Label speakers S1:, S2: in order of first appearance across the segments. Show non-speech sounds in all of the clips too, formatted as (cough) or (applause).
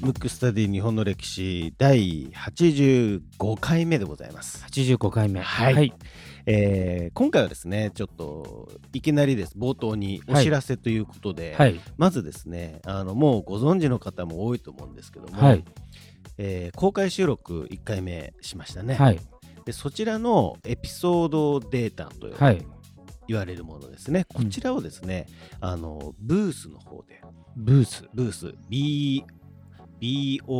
S1: ムックスタディ日本の歴史第85回目でございます、
S2: 85回目
S1: はいえー今回はですねちょっといきなりです冒頭にお
S2: はい
S1: 知らせということで、
S2: はい
S1: まずですねあのもうご存知の方も多いと思うんですけども、
S2: はい
S1: えー公開収録1回目しましたね、
S2: はい
S1: でそちらのエピソードデータと
S2: はい
S1: 言われるものですね、
S2: うん
S1: こちらをですねあのブースの方で
S2: ブース
S1: ブース B BOOTH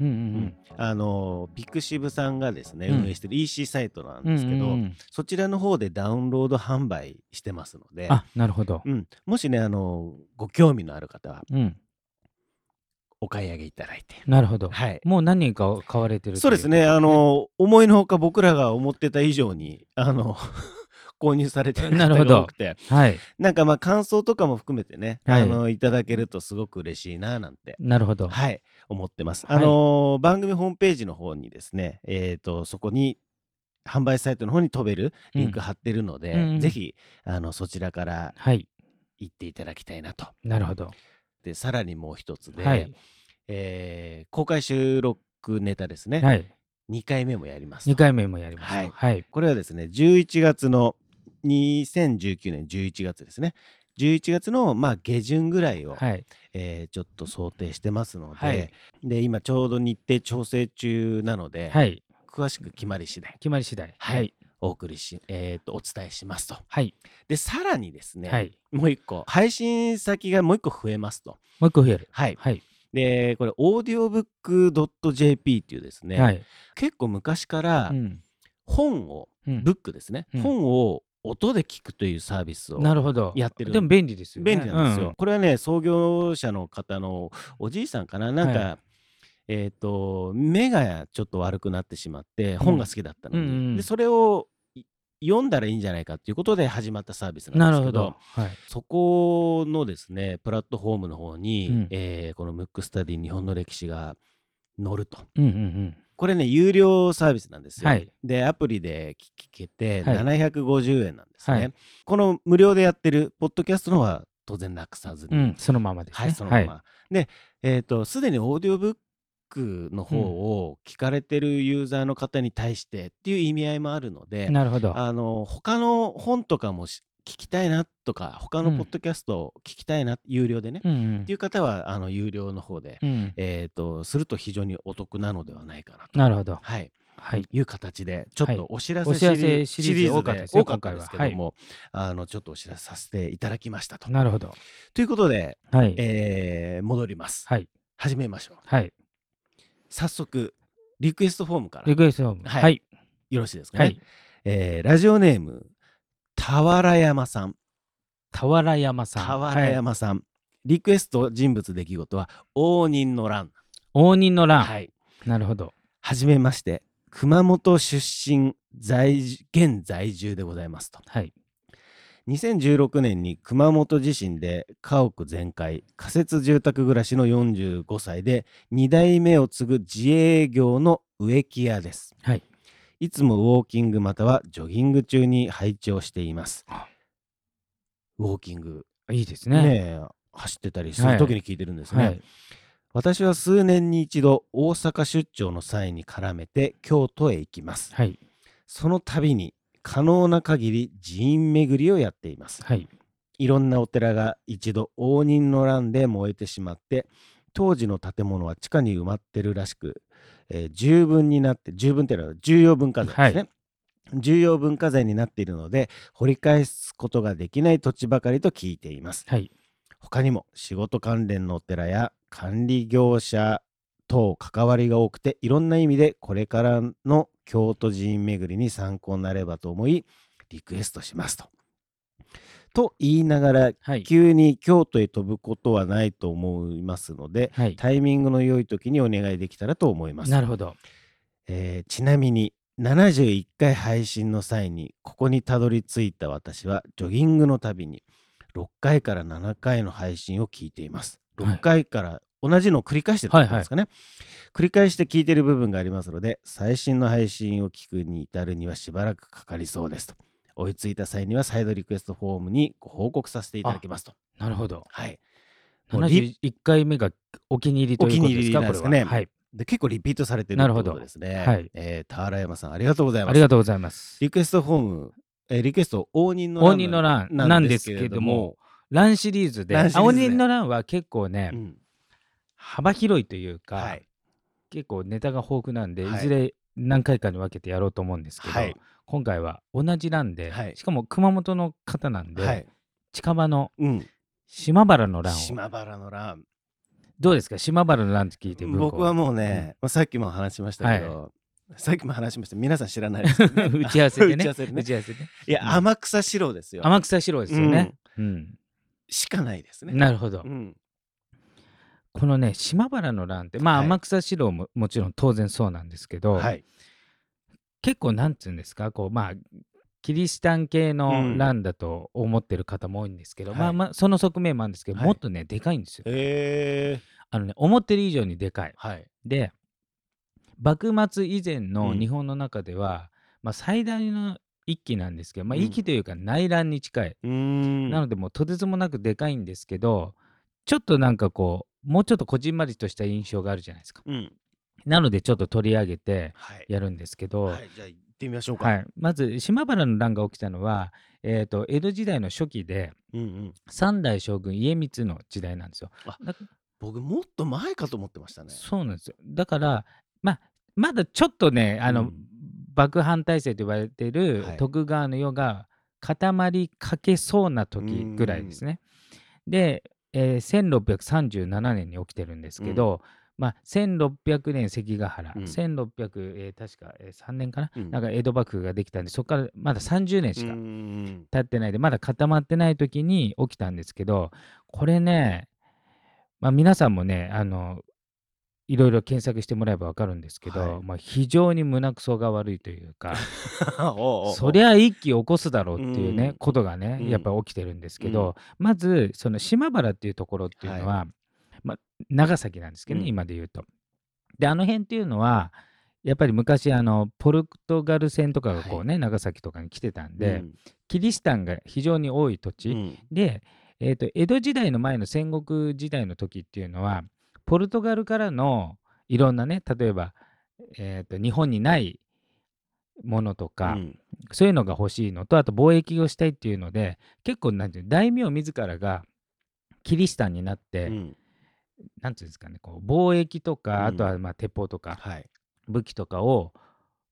S2: うんうん
S1: あのピクシブさんがですね、
S2: うん
S1: 運営してる EC サイトなん
S2: うんうん
S1: ですけど、
S2: うんうん
S1: そちらの方でダウンロード販売してますので、
S2: あなるほど
S1: うん、もしねあのご興味のある方は
S2: うん
S1: お買い上げいただいて、
S2: なるほど
S1: はい、
S2: もう何人かを買われてる
S1: そうですねあの思いのほか僕らが思ってた以上にあの (laughs) 購入されてる
S2: なる
S1: 方
S2: ほど
S1: が多くて
S2: はい
S1: なんかまあ感想とかも含めてね、
S2: はい
S1: あのいただけるとすごく嬉しいななんて
S2: なるほど
S1: はい、思ってます。
S2: はい
S1: あのー番組ホームページの方にですね、えー、とそこに販売サイトの方に飛べるリンク貼ってるので、
S2: うんうん
S1: ぜひあのそちらから
S2: はい
S1: 行っていただきたいなと。
S2: なるほど
S1: でさらにもう一つで、
S2: はい
S1: えー公開収録ネタですね、
S2: はい
S1: 2回目もやります
S2: 2回目もやりま
S1: は
S2: し
S1: い
S2: たはい
S1: これはですね11月の2019年11月ですね11月のまあ下旬ぐらいを、
S2: はい
S1: えーちょっと想定してますので、
S2: はい
S1: で今ちょうど日程調整中なので、
S2: はい
S1: 詳しく決まり次第
S2: 決まり次第
S1: はいお送りし、えー、とお伝えしますと。
S2: はい
S1: でさらにですね、
S2: はい
S1: もう一個配信先がもう一個増えますと。
S2: もう一個増える
S1: はい、
S2: はい
S1: でこれオーディオブック .jp っていうですね、
S2: はい
S1: 結構昔から
S2: うん
S1: 本を、
S2: うん
S1: ブックですね、
S2: うん
S1: 本を音で聞くというサービスを
S2: なるほど
S1: やってる
S2: でも便利ですよね
S1: 便利なんですよ、
S2: う
S1: これはね創業者の方のおじいさんかななんか、
S2: は
S1: えっ、と目がちょっと悪くなってしまって本が好きだったのに、
S2: うんうんうん
S1: でそれをい読んだらいいんじゃないかということで始まったサービスなんで
S2: なる
S1: すけ
S2: ほ
S1: ど
S2: どはい
S1: そこのですねプラットフォームの方に、
S2: うん
S1: えーこのムックスタディ日本の歴史が載ると。
S2: うんうんうん
S1: これね有料サービスなんですよ。
S2: はい
S1: でアプリで聞けて
S2: はい
S1: 750円なんですね、
S2: はい
S1: この無料でやってるポッドキャストの方は当然なくさずに、
S2: うんそのままです
S1: は
S2: ね
S1: い、そのまま。で、えっとすでにオーディオブックの方を聞かれてるユーザーの方に対してっていう意味合いもあるので、
S2: なるほど。
S1: あの他の本とかもし聞きたいなとか他の
S2: うん
S1: ポッドキャストを聞きたいな、有料でね、
S2: う
S1: っ
S2: ん
S1: ていう方はあの有料の方で、
S2: うん、うん。
S1: えっとすると非常にお得なのではないかなと。
S2: なるほど。
S1: はい、
S2: はい。
S1: いう形でちょっ
S2: はい
S1: とお知らせ
S2: お
S1: シ
S2: 知
S1: リ,、
S2: らせシリーズ多かったですよ
S1: 多かったですけども、あのちょっとお知らせさせていただきましたと。
S2: なるほど。
S1: ということで、
S2: はい。
S1: えー戻ります。
S2: はい。
S1: 始めましょう。
S2: はい。
S1: 早速、リクエストフォームから
S2: リクエストフォーム。
S1: はい
S2: はい。
S1: よろしいですかね。
S2: はい。
S1: えーラジオネーム、俵山さん。
S2: 俵山さん。
S1: 俵
S2: はい。
S1: 山さん。リクエスト人物出来事は、応仁の乱。
S2: 応仁の乱。
S1: はい。
S2: なるほど。
S1: はじめまして、熊本出身在住、現在住でございますと。
S2: はい。
S1: 2016年に熊本地震で家屋全壊仮設住宅暮らしの45歳で2代目を継ぐ自営業の植木屋です
S2: はい。
S1: いつもウォーキングまたはジョギング中に配置をしています
S2: あ
S1: ウォーキング
S2: いいです
S1: ね
S2: ね。
S1: え走ってたりする時に聞いてるんですね、
S2: はい。
S1: 私は数年に一度大阪出張の際に絡めて京都へ行きます
S2: はい。
S1: その度に可能な限り寺院巡りをやっています
S2: はい。
S1: いろんなお寺が一度応仁の乱で燃えてしまって当時の建物は地下に埋まってるらしく、えー十分になって十分というのは重要文化財ですね、
S2: は
S1: 重要文化財になっているので掘り返すことができない土地ばかりと聞いています
S2: はい。
S1: 他にも仕事関連のお寺や管理業者等関わりが多くていろんな意味でこれからの京都寺院巡りに参考になればと思いリクエストしますと。と言いながら
S2: はい。
S1: 急に京都へ飛ぶことはないと思いますので
S2: はい。
S1: タイミングの良い時にお願いできたらと思います、
S2: なるほど。
S1: えーちなみに71回配信の際にここにたどり着いた私はジョギングの旅に6回から7回の配信を聞いています
S2: はい
S1: 6回から同じのを繰り返してるってことですかね、繰り返して聞いてる部分がありますので最新の配信を聞くに至るにはしばらくかかりそうですと追いついた際には再度リクエストフォームにご報告させていただきますと。
S2: なるほど。
S1: はい、もうリ
S2: 71回目がお気に入りという
S1: お
S2: ことですか、
S1: 気に入りなんですか
S2: これ
S1: ね
S2: は。はい。
S1: で結構リピートされてる
S2: な
S1: っ
S2: る
S1: て
S2: ほ
S1: こ
S2: ど
S1: とですね。
S2: はい
S1: えー、田原山さんありがとうございます。
S2: ありがとうございます。
S1: リクエストフォーム、えーリクエスト応仁の
S2: 応仁の乱
S1: な
S2: な
S1: ん
S2: んで
S1: ですす
S2: け
S1: け
S2: れ
S1: れ
S2: ど
S1: ど
S2: も
S1: も、
S2: ランシリーズで、
S1: 乱シリーズね
S2: 青人の乱は結構ね、
S1: うん
S2: 幅広いというか、
S1: はい、
S2: 結構ネタが豊富なんで、
S1: はい
S2: いずれ何回かに分けてやろうと思うんですけど、
S1: はい
S2: 今回は同じなんで、
S1: はい
S2: しかも熊本の方なんで、
S1: はい、
S2: 近場の
S1: うん、
S2: 島原の乱を
S1: 島原の乱。
S2: どうですか島原の乱って聞いて文庫
S1: 僕はもうね、まあ、さっきも話しましたけど、さっきも話しました。皆さん知らないですけどね、
S2: (laughs) 打ち合わせ
S1: (laughs)
S2: で
S1: 打ち合
S2: ね
S1: わせで
S2: 打
S1: ね
S2: ち合わせでね
S1: い
S2: うん
S1: や、天草四郎ですよ。
S2: 天草四郎ですよね、うん
S1: しかないですね。
S2: なるほど、
S1: うん、
S2: このね島原の乱ってまあ
S1: はい
S2: 天草四郎ももちろん当然そうなんですけど、
S1: はい。
S2: 結構なんていうんですかこうまあキリシタン系の乱だと思ってる方も多いんですけど、
S1: はい
S2: まあまあその側面もあるんですけど、
S1: はい
S2: もっとねでかいんですよ。
S1: えー、
S2: あのね思ってる以上にでかい。
S1: はい。
S2: で幕末以前の
S1: うん
S2: 日本の中では、まあ、最大の一揆なんですけど、まあ、
S1: うん
S2: 一揆というか内乱に近い、
S1: うーん。
S2: なのでもうとてつもなくでかいんですけどちょっとなんかこうもうちょっとこじんまりとした印象があるじゃないですか。
S1: うん。
S2: なのでちょっと取り上げて
S1: はい。
S2: やるんですけど、
S1: はい、じゃあ行ってみましょうか。
S2: はい、まず島原の乱が起きたのは、えー、と江戸時代の初期で
S1: うんうん。
S2: 三代将軍家光の時代なんですよ。
S1: 僕もっと前かと思ってましたね。
S2: そうなんですよだから、まあ、まだちょっとねあの、
S1: うん
S2: 幕藩体制と言われてる
S1: はい
S2: 徳川の世が固まりかけそうな時ぐらいですね。で、えー1637年に起きてるんですけど、まあ、1600年関ヶ原、
S1: うん
S2: 1600、えー確か、え3年かな、
S1: うん
S2: なんか江戸幕府ができたんでそこからまだ30年し
S1: う
S2: か
S1: ん。 (laughs)
S2: 経ってないでまだ固まってない時に起きたんですけどこれね、まあ、皆さんもねあのいろいろ検索してもらえば分かるんですけど、
S1: はい
S2: まあ、非常に胸くそが悪いというか
S1: (laughs) おうおう
S2: そりゃ一気起こすだろうっていうね、
S1: うん
S2: ことがね
S1: うん
S2: やっぱり起きてるんですけど、まずその島原っていうところっていうのは、まあ、長崎なんですけどね、
S1: うん
S2: 今で言うと。であの辺っていうのはやっぱり昔あのポルトガル船とかがこうね、長崎とかに来てたんで、キリシタンが非常に多い土地、
S1: うんうん
S2: で、えー、と江戸時代の前の戦国時代の時っていうのはポルトガルからのいろんなね例えば、えー、と日本にないものとか、
S1: うん
S2: そういうのが欲しいのとあと貿易をしたいっていうので結構なんていうの大名自らがキリシタンになって、
S1: うん
S2: なんていうんですかねこう貿易
S1: う
S2: と
S1: ん
S2: かあとはまあ鉄砲とか
S1: はい。
S2: 武器とかを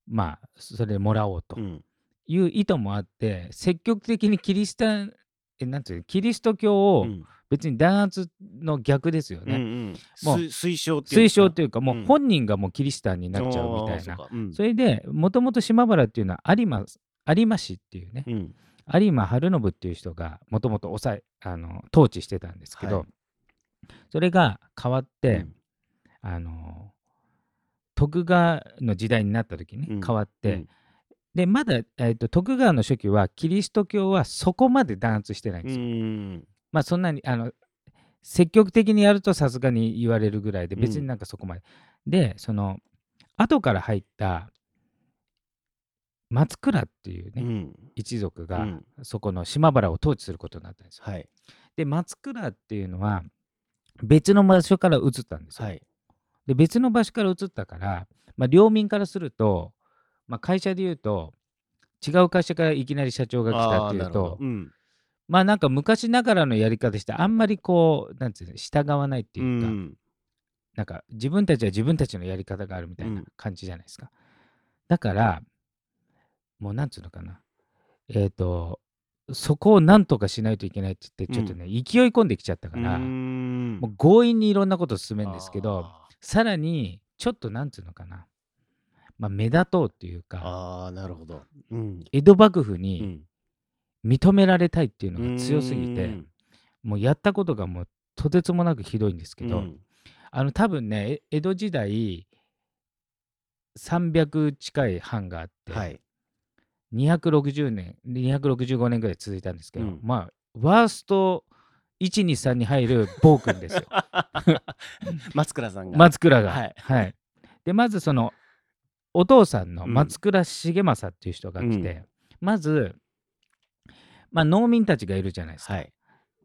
S2: まあそれでもらおうと
S1: うん
S2: いう意図もあって積極的にキリシタンえなんていうのキリスト教を
S1: うん
S2: 別に弾圧の逆ですよね、
S1: うん
S2: もう
S1: うんす推奨ってい
S2: 推
S1: う
S2: 奨
S1: ん
S2: というかもう本人がもうキリシタンに
S1: ですか
S2: なっちゃうみ
S1: あ
S2: たいな、
S1: ーそうかうん
S2: それでもともと島原っていうのは有馬有馬市っていうね、
S1: うん
S2: 有馬晴信っていう人がもともと抑えあの統治してたんですけど、
S1: はい
S2: それが変わって、
S1: うん
S2: あの徳川の時代になった時にね、
S1: うん
S2: 変わって、
S1: うん
S2: でまだ、えー、と徳川の初期はキリスト教はそこまで弾圧してないん
S1: う
S2: ですよ
S1: ん
S2: まあそんなにあの積極的にやるとさすがに言われるぐらいで
S1: うん
S2: 別になんかそこまで、でその後から入った松倉っていう
S1: う
S2: ね、
S1: ん
S2: 一族
S1: う
S2: が
S1: ん
S2: そこの島原を統治することになったんですよ。
S1: はい
S2: で松倉っていうのは別の場所から移ったんですよ。
S1: はい
S2: で別の場所から移ったから、まあ、領民からすると、まあ、会社で言うと違う会社からいきなり社長が来たってい
S1: あーな
S2: う
S1: るほ
S2: と
S1: どうん
S2: まあなんか昔ながらのやり方してあんまりこうなんていうの従わないって
S1: う
S2: いうか、
S1: ん
S2: なんか自分たちは自分たちのやり方があるみたい
S1: う
S2: な
S1: ん
S2: 感じじゃないですか。だからもうなんていうのかなえっ、とそこをなんとかしないといけないって言ってちょっとね、勢い込んできちゃったから、
S1: うん
S2: もう強引にいろんなことを進めるんですけど
S1: あー
S2: さらにちょっとなんていうのかな、まあ、目立とうっていうか
S1: あーなるほどうん
S2: 江戸幕府
S1: う
S2: に
S1: ん
S2: 認められたいっていうのが強すぎて。
S1: うん
S2: もうやったことがもうとてつもなくひどいんですけど、
S1: うん
S2: あの多分ねえ江戸時代300近い藩があって、 (laughs)
S1: はい (laughs)
S2: 260年265年ぐらい続いたんですけど、
S1: うん
S2: まあワースト123に入る暴君ですよ
S1: 松倉さんが
S2: 松倉が。
S1: はい
S2: でまずそのお父さんの松倉重政っていう人が来て、
S1: うん
S2: まずまあ、農民たちがいるじゃないですか。
S1: はい。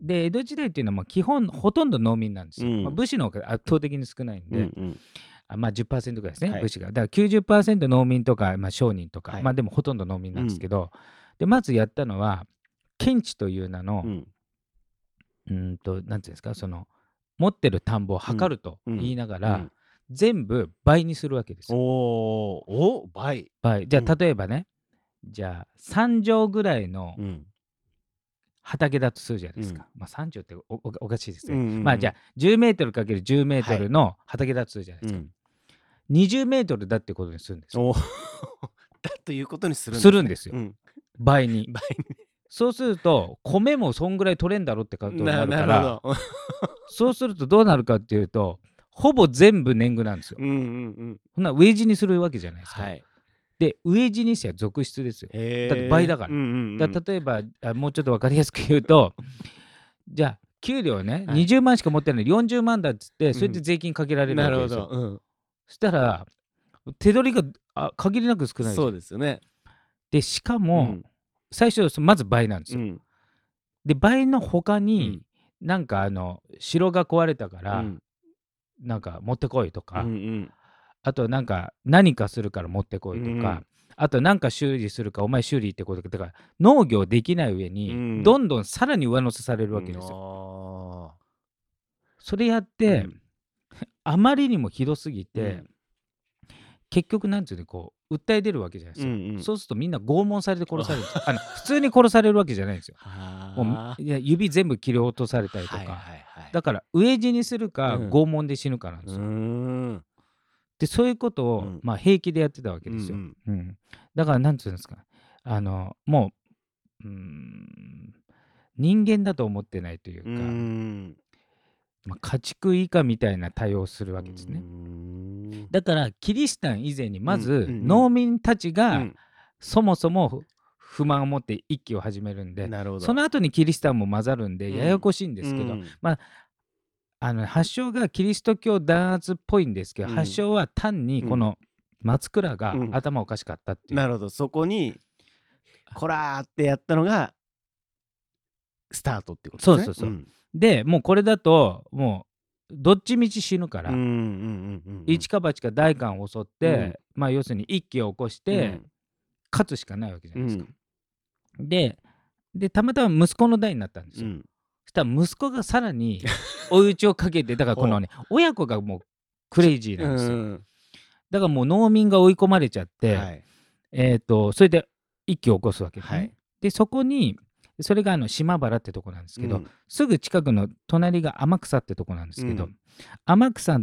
S2: で江戸時代っていうのはもう基本ほとんど農民なんですよ。
S1: うん
S2: まあ、武士の方が圧倒的に少ないん
S1: う
S2: で、
S1: んうん。
S2: あまあ10%ぐらいですね、
S1: はい
S2: 武士が。だから90%農民とか、まあ、商人とか、
S1: はい
S2: まあでもほとんど農民なんですけど、でまずやったのは検地という名の、
S1: う
S2: うんーん、となんていうんですかその持ってる田んぼを測ると
S1: うん
S2: 言いながら、
S1: うん
S2: 全部倍にするわけで
S1: お
S2: すよ。
S1: おお倍。
S2: 倍じゃ
S1: う
S2: あ
S1: ん
S2: 例えばね、じゃあ3畳ぐらいの
S1: うん。
S2: 畑だとするじゃないですか。まあ3畳っておおおかしいです
S1: う
S2: ね。
S1: んうんうん
S2: まあじゃあ10メートルかける10メートルの畑だとするじゃない
S1: う
S2: ですか。
S1: ん。
S2: 20メートルだってことにするんですよ。
S1: おー (laughs) だということにする
S2: するんですよ
S1: うん。
S2: 倍
S1: (laughs)
S2: に。
S1: 倍
S2: そうすると米もそんぐらい取れんだろってことにな
S1: な
S2: るか
S1: なる
S2: ら
S1: ほど。
S2: そうするとどうなるかっていうとほぼ全部年貢なんですよ。
S1: うんうんうん。
S2: ほんなら植え地にするわけじゃないですか。
S1: はい。
S2: で植え地にしては続出ですよ。
S1: へー
S2: だって倍だか
S1: う
S2: ら
S1: んうんうん
S2: だ例えばあもうちょっと分かりやすく言うとじゃあ給料ね、
S1: はい
S2: 20万しか持ってないのに40万だっつってそれで税金かけられるわ
S1: な
S2: け
S1: るほ
S2: ですよ。
S1: ど。うん。
S2: そしたら手取りがあ限りなく少ないです
S1: そ
S2: よ
S1: うですよね。
S2: でしか
S1: う
S2: も、
S1: ん
S2: 最初そまず倍なんです
S1: う
S2: よ。
S1: ん。
S2: で倍の他に、
S1: うん
S2: なんかあの城が壊れたから、
S1: うん
S2: なんか持ってこいとか、
S1: うんうん
S2: あとなんか何かするから持ってこいとか、
S1: うん
S2: あとなんか修理するかお前修理ってことだから農業できない上に、
S1: うん
S2: どんどんさらに上乗せされるわけですよ。
S1: よ。
S2: それやって、
S1: うん
S2: あまりにもひどすぎて、
S1: うん
S2: 結局なんていうのこう訴え出るわけじゃないです
S1: う
S2: か、
S1: んうん
S2: そうするとみんな拷問されて殺されるんですよあの普通に殺されるわけじゃないんですよ。
S1: はあ
S2: もういや指全部切り落とされたりとか、
S1: はいはいはい、
S2: だから飢え死にするか、
S1: うん
S2: 拷問で死ぬかなんです
S1: う
S2: よ。
S1: ーん
S2: でそういうことを、
S1: うん
S2: まあ、平気でやってたわけですよ。
S1: うんうん
S2: うんだからなんていうんですかあのもううーん人間だと思ってないというか、
S1: うーん
S2: まあ、家畜以下みたいな対応をするわけです
S1: う
S2: ね
S1: ー。ん
S2: だからキリシタン以前にま
S1: うん
S2: ず
S1: うんうん
S2: 農民たち
S1: う
S2: が
S1: ん
S2: そもそも不満を持って一揆を始めるんで
S1: なるほど
S2: その後にキリシタンも混ざるん
S1: う
S2: で
S1: ん
S2: ややこしいんですけど、
S1: うん
S2: あの発祥がキリスト教弾圧っぽいんですけど、
S1: うん
S2: 発祥は単にこの松倉が
S1: うん
S2: 頭おかしかったっていう、
S1: なるほどそこにこらーってやったのがスタートってことですね
S2: そうそうそうんでもうこれだともうどっちみち死ぬから、
S1: うんうんうんうん
S2: 一か八か大官を襲って、まあ要するに一揆を起こして、
S1: うん
S2: 勝つしかないわけじゃ
S1: う
S2: ないですか。
S1: ん
S2: ででたまたま息子の代になったんです
S1: う
S2: よ。
S1: ん
S2: そしたら息子がさらに追い打ちをかけてだからこのね親子がもうクレイジーなんですよ。
S1: うん
S2: だからもう農民が追い込まれちゃって、
S1: はい
S2: えー、とそれで一揆を起こすわけですね。
S1: はい
S2: でそこにそれがあの島原ってとこなんですけど、
S1: うん
S2: すぐ近くの隣が天草ってとこなんですけど、
S1: うん
S2: 天草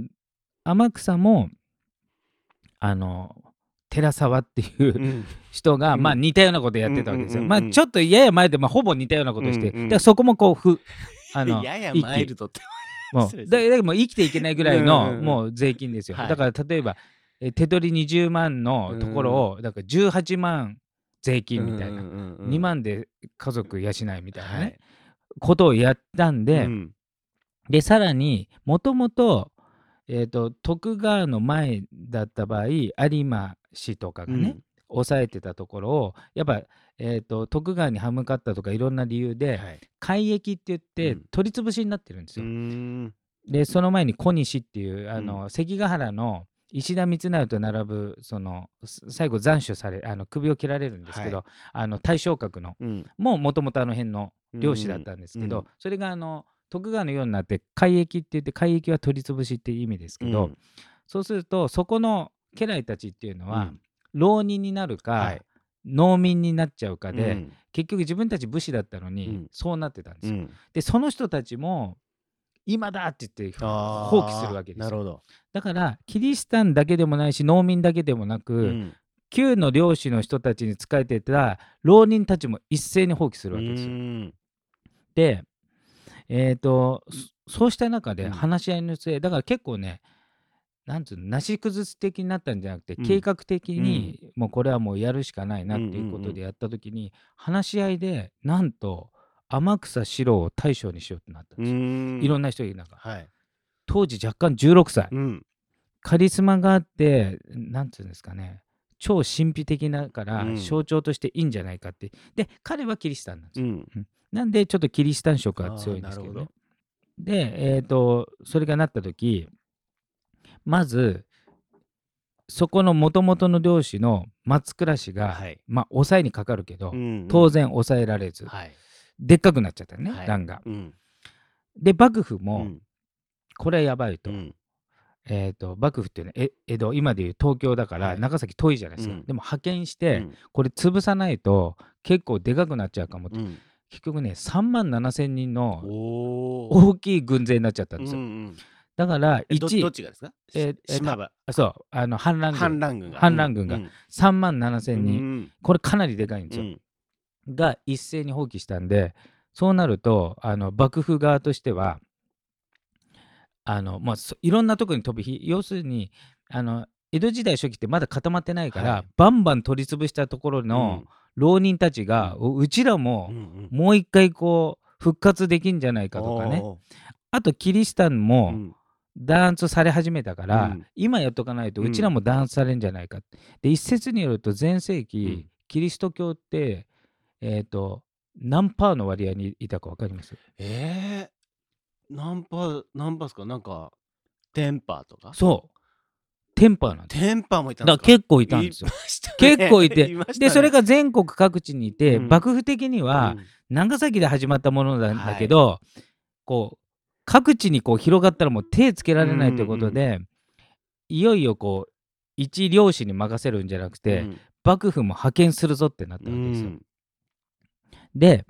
S2: 天草もあの寺沢っていう、
S1: うん
S2: 人が、
S1: うん
S2: まあ似たようなことやってたわけですよ。
S1: うんうんうんう
S2: ま
S1: ん
S2: あちょっとやや前で、まあ、ほぼ似たようなことして、
S1: うんうん
S2: だからそこもこうふ
S1: (laughs)
S2: あの
S1: やや
S2: 一気
S1: マイルドって (laughs)
S2: も
S1: そうで
S2: う
S1: す
S2: だだからもう生きていけないぐらい
S1: うん
S2: の、
S1: うんうん
S2: もう税金ですよ。
S1: はい
S2: だから例えばえ手取り20万のところを、だから18万税金みたいな、2
S1: 2
S2: 万で家族養いみたいなね、
S1: はい
S2: ことをやったんで、
S1: うん
S2: でさらにもともと,、えー、と徳川の前だった場合有馬氏とかがね、抑えてたところをやっぱ、えー、と徳川に歯向かったとかいろんな理由
S1: うん
S2: で、
S1: はい
S2: 改易って言って、
S1: うん
S2: 取り潰しになってるんです
S1: う
S2: よ。
S1: ん
S2: でその前に小西っていうあの、
S1: う
S2: 関ヶ原の石田三成と並ぶそのす最後斬首されあの首を切られるんですけど、
S1: は
S2: あの大正閣の
S1: うん
S2: もうもともとあの辺の漁師だったんですけど、
S1: うん
S2: それがあの徳川のようになって改易って言って改易は取り潰しっていう意味ですけど、
S1: うん
S2: そうするとそこの家来たちっていうの
S1: う
S2: は、
S1: ん
S2: 浪人になるか、
S1: はい
S2: 農民になっちゃうかで、
S1: うん
S2: 結局自分たち武士だったのに、
S1: うん
S2: そうなってたんです
S1: う
S2: よ。
S1: ん
S2: でその人たちも今だって言って
S1: あー
S2: 放棄するわけです
S1: なるほ
S2: よ
S1: ど
S2: だからキリシタンだけでもないし農民だけでもなく、
S1: うん
S2: 旧の漁師の人たちに仕えてた浪人たちも一斉に放棄するわけですよ。
S1: うん
S2: で、えー、とそそうした中で
S1: うん
S2: 話し合いの末、だから結構ねなんつうのなし崩し的になったんじゃなくて、
S1: うん
S2: 計画的に、もうこれはもうやるしかないなっていうこ
S1: うんうん
S2: と
S1: うん
S2: でやった時に、話し合いでなんと天草四郎を大将にしようってなったんですよ。いろん
S1: な
S2: な人いる中
S1: はい
S2: 当時若干16歳、
S1: うん
S2: カリスマがあってなんつうんですかね超神秘的だから
S1: うん
S2: 象徴としていいんじゃないかって、で彼はキリシタンなんです
S1: う
S2: よ、
S1: ん
S2: なんでちょっとキリシタン色が強いんですけど,、
S1: あーなる
S2: ね、でえっ、とそれがなった時まずそこの元々の漁師の松倉氏が、
S1: はい
S2: まあ抑えにかかるけど、
S1: うん
S2: 当然抑えられず、
S1: はい
S2: でっかくなっちゃったよね、
S1: はい
S2: 乱が。
S1: うん
S2: で幕府
S1: う
S2: も、
S1: ん
S2: これはやばいと,、
S1: うん
S2: えー、と幕府っていうのはえ江戸今でいう東京だから、
S1: はい
S2: 長崎遠いじゃないですか、
S1: うん
S2: でも派遣し
S1: う
S2: て、
S1: ん
S2: これ潰さないと結構でかくなっちゃうかもと、
S1: うん
S2: 結局ね3万7千人の
S1: おー
S2: 大きい軍勢になっちゃったんですよ、
S1: うんうん
S2: だから
S1: えど
S2: 1
S1: どっちがですか
S2: えーえー
S1: 島場
S2: あそうあの反乱
S1: 反
S2: 軍
S1: 乱軍が
S2: 反乱軍が
S1: うん
S2: 3万7千人、
S1: うん
S2: これかなりでかいんです
S1: う
S2: よ、
S1: ん
S2: が一斉に放棄したんでそうなるとあの幕府側としてはあの、まあ、そいろんなとこに飛び火要するにあの江戸時代初期ってまだ固まってないから、
S1: はい
S2: バンバン取り潰したところの浪人たちが、ううちらも
S1: うんうん
S2: もう一回こう復活できんじゃないかとかね
S1: おー
S2: あとキリシタン
S1: う
S2: も
S1: ん
S2: 弾圧され始めたから、
S1: うん
S2: 今やっとかないと
S1: うん
S2: うちらも弾圧されんじゃないか、で一説によると全盛期、
S1: うん
S2: キリスト教ってえっ、と何パーの割合にいたか分かります
S1: えー何パ何パですかなんかテンパーとか
S2: そうテンパーなんです
S1: テンパーもいた
S2: だ
S1: ん
S2: か
S1: で
S2: ら
S1: すか
S2: 結構いたんです
S1: (laughs)
S2: よ
S1: ましたね
S2: 結構いて
S1: ましたね
S2: でそれが全国各地にいて、
S1: うん
S2: 幕府的には
S1: うん
S2: 長崎で始まったものなんだけど、こう各地にこう広がったらもう手つけられないということで、いよいよこう一漁師に任せるんじゃなくて、
S1: うん
S2: 幕府も派遣するぞってなった
S1: う
S2: わけですよ。
S1: ん
S2: で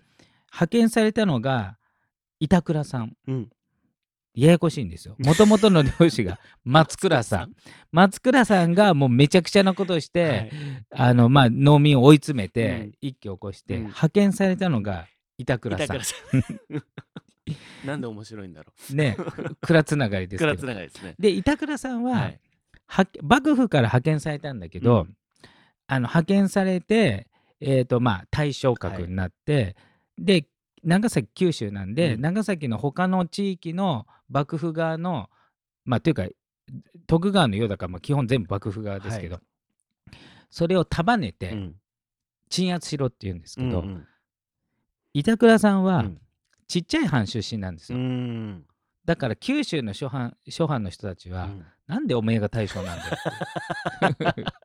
S2: 派遣されたのが板倉さん
S1: うん
S2: ややこしいんですよ。もともとの漁師
S1: (laughs)
S2: が松倉さん。松倉さんがもうめちゃくちゃなことをして、
S1: はい
S2: あのまあ、農民を追い詰めて、
S1: うん
S2: 一挙起こして、
S1: うん
S2: 派遣されたのが板倉さ
S1: 板
S2: ん
S1: 倉。さ
S2: (laughs)
S1: んなんで面白いんだろ (laughs)
S2: ね蔵つながりで
S1: う
S2: す
S1: 倉
S2: け
S1: つ
S2: ど。
S1: ながりですね
S2: で板倉さんは、
S1: はい
S2: は幕府から派遣されたんだけど、
S1: う
S2: あの派遣されて、えーとまあ、大将格になって、で長崎九州なんで、
S1: うん
S2: 長崎の他の地域の幕府側のまあというか徳川の世だから、まあ、基本全部幕府側ですけど、それを束ね
S1: う
S2: て
S1: ん
S2: 鎮圧しろっていうんですけ
S1: うん
S2: ど、
S1: うん
S2: 板倉さんは、
S1: うん
S2: ちっちゃい藩出身なんです
S1: う
S2: よ、
S1: ん
S2: だから九州の諸藩諸藩の人たちは、
S1: うん
S2: なんでおめえが大将なんだよって
S1: あ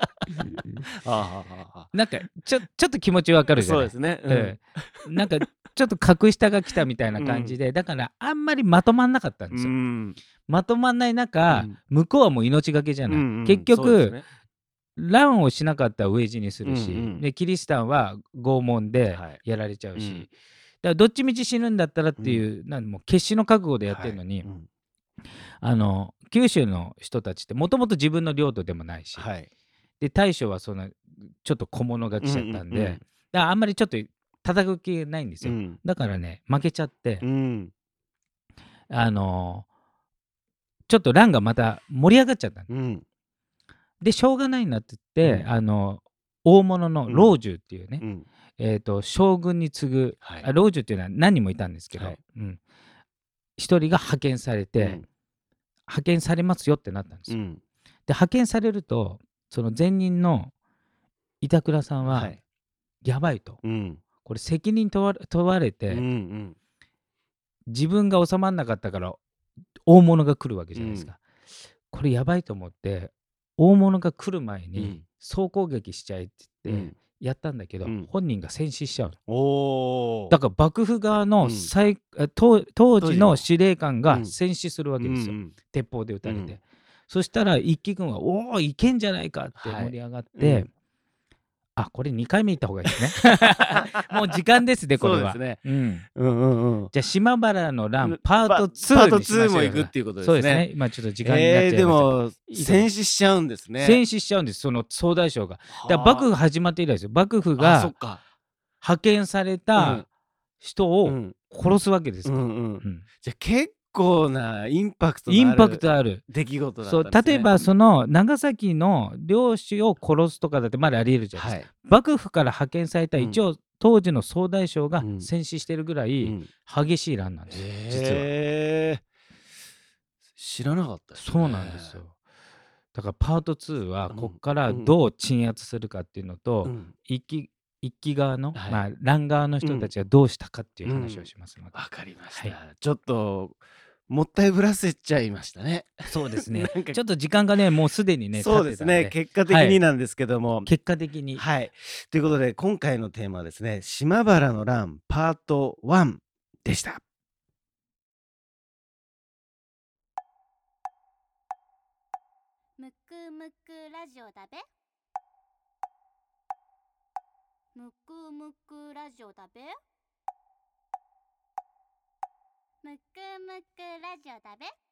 S1: ああああ
S2: なんかちょちょっと気持ちわか
S1: あ
S2: るじゃ
S1: そう
S2: ない
S1: ですね
S2: ええなんかちょっと格下が来たみたいな感じで、だからあんまりまとまんなかったんですよ、
S1: ん
S2: まとまんない中、
S1: うん
S2: 向こうはもう命がけじゃない、
S1: うんうん
S2: 結
S1: そうです
S2: 局、
S1: ね
S2: 乱をしなかったら飢え死にするし、
S1: うんうん
S2: でキリシタンは拷問で
S1: はい
S2: やられちゃうし、
S1: うん
S2: だからどっちみち死ぬんだったらっていう,、なんもう決死の覚悟でやってるのに、
S1: はいうん
S2: あの九州の人たちってもともと自分の領土でもないし、
S1: はい
S2: で大将はそのちょっと小物が来ちゃったんで、
S1: うんうんう
S2: だ
S1: ん
S2: からあんまりちょっと叩く気ないんですよ、
S1: うん
S2: だからね負けちゃって、
S1: うん
S2: あのーちょっと乱がまた盛り上がっちゃったの
S1: うん
S2: でしょうがないなって言って、
S1: うん
S2: あの大物の老中っていうね、
S1: うん
S2: えー、と将軍に次ぐ、
S1: はい
S2: あ老中っていうのは何人もいたんですけど、
S1: はい
S2: うん、一人が派遣されて、派遣されますよってなったんです
S1: う
S2: よ、で
S1: ん
S2: 派遣されるとその前任の板倉さんは、
S1: はい
S2: やばいと
S1: うん
S2: これ責任問わ問われて、
S1: うんうん
S2: 自分が収まんなかったから大物が来るわけじゃないですか、これやばいと思って大物が来る前
S1: う
S2: に
S1: ん
S2: 総攻撃しちゃえっ
S1: う
S2: て言って
S1: ん
S2: やったんだけど、
S1: うん
S2: 本人が戦死しちゃうの
S1: おお
S2: だから幕府側の最、え当当時の司令官
S1: う
S2: が
S1: ん
S2: 戦死するわけですよ、
S1: うん
S2: 鉄砲で撃たれて、
S1: うん
S2: そしたら一輝軍は「おおいけんじゃないか」って
S1: はい
S2: 盛り上がって、
S1: うん
S2: あこれ2回目行った方がいいですね (laughs) もう時間ですねこれは
S1: そうですね
S2: うん
S1: うんうんうん
S2: じゃあ島原の
S1: う
S2: 乱
S1: ん
S2: パート2
S1: パート
S2: にしましょ
S1: 2
S2: う
S1: も行くっていうことですね
S2: そうですね今ちょっと時間になっちゃい
S1: え
S2: ました
S1: ー
S2: け
S1: で
S2: ど、
S1: も戦死しちゃうんですね
S2: 戦死しちゃうんですその総大将がだから幕府が始まって以来ですよ幕府
S1: はあそ
S2: が
S1: っか
S2: 派遣され
S1: うん
S2: た人
S1: う
S2: を
S1: ん
S2: 殺すわけです
S1: う
S2: よ、
S1: んうん
S2: うん
S1: じゃあ結構なインパクトのあ
S2: イ
S1: る
S2: ンパクトある
S1: 出来事だった
S2: そ
S1: ん
S2: う
S1: ですね
S2: 例えばその長崎の領主を殺すとかだってまだありえるじゃないですか、
S1: はい
S2: 幕府から派遣された
S1: うん
S2: 一応当時の総大将が
S1: うん
S2: 戦死してるぐら
S1: う
S2: い
S1: ん
S2: 激しい乱なんですよ、実は。
S1: へー知らなかったですね
S2: そうなんですよ。だからパート2は
S1: うん
S2: ここからどう鎮圧するかっていうのと、
S1: うん
S2: 一期一期側の、
S1: はい
S2: まあ、欄側の人たちがどうしたかっていう話をしますので、
S1: わかりました、
S2: は
S1: ちょっともったいぶらせちゃいましたね。
S2: そうです (laughs) ね
S1: (laughs) なんか
S2: ちょっと時間がねもうすでにね
S1: そうです
S2: 経っ
S1: ね
S2: てたん
S1: 結果的になんですけども。
S2: 結果的に、
S1: はい、ということで今回のテーマはですね「島原の乱パート1」でした。
S3: むくむくラジオだべむくむくラジオだべむくむくラジオだべ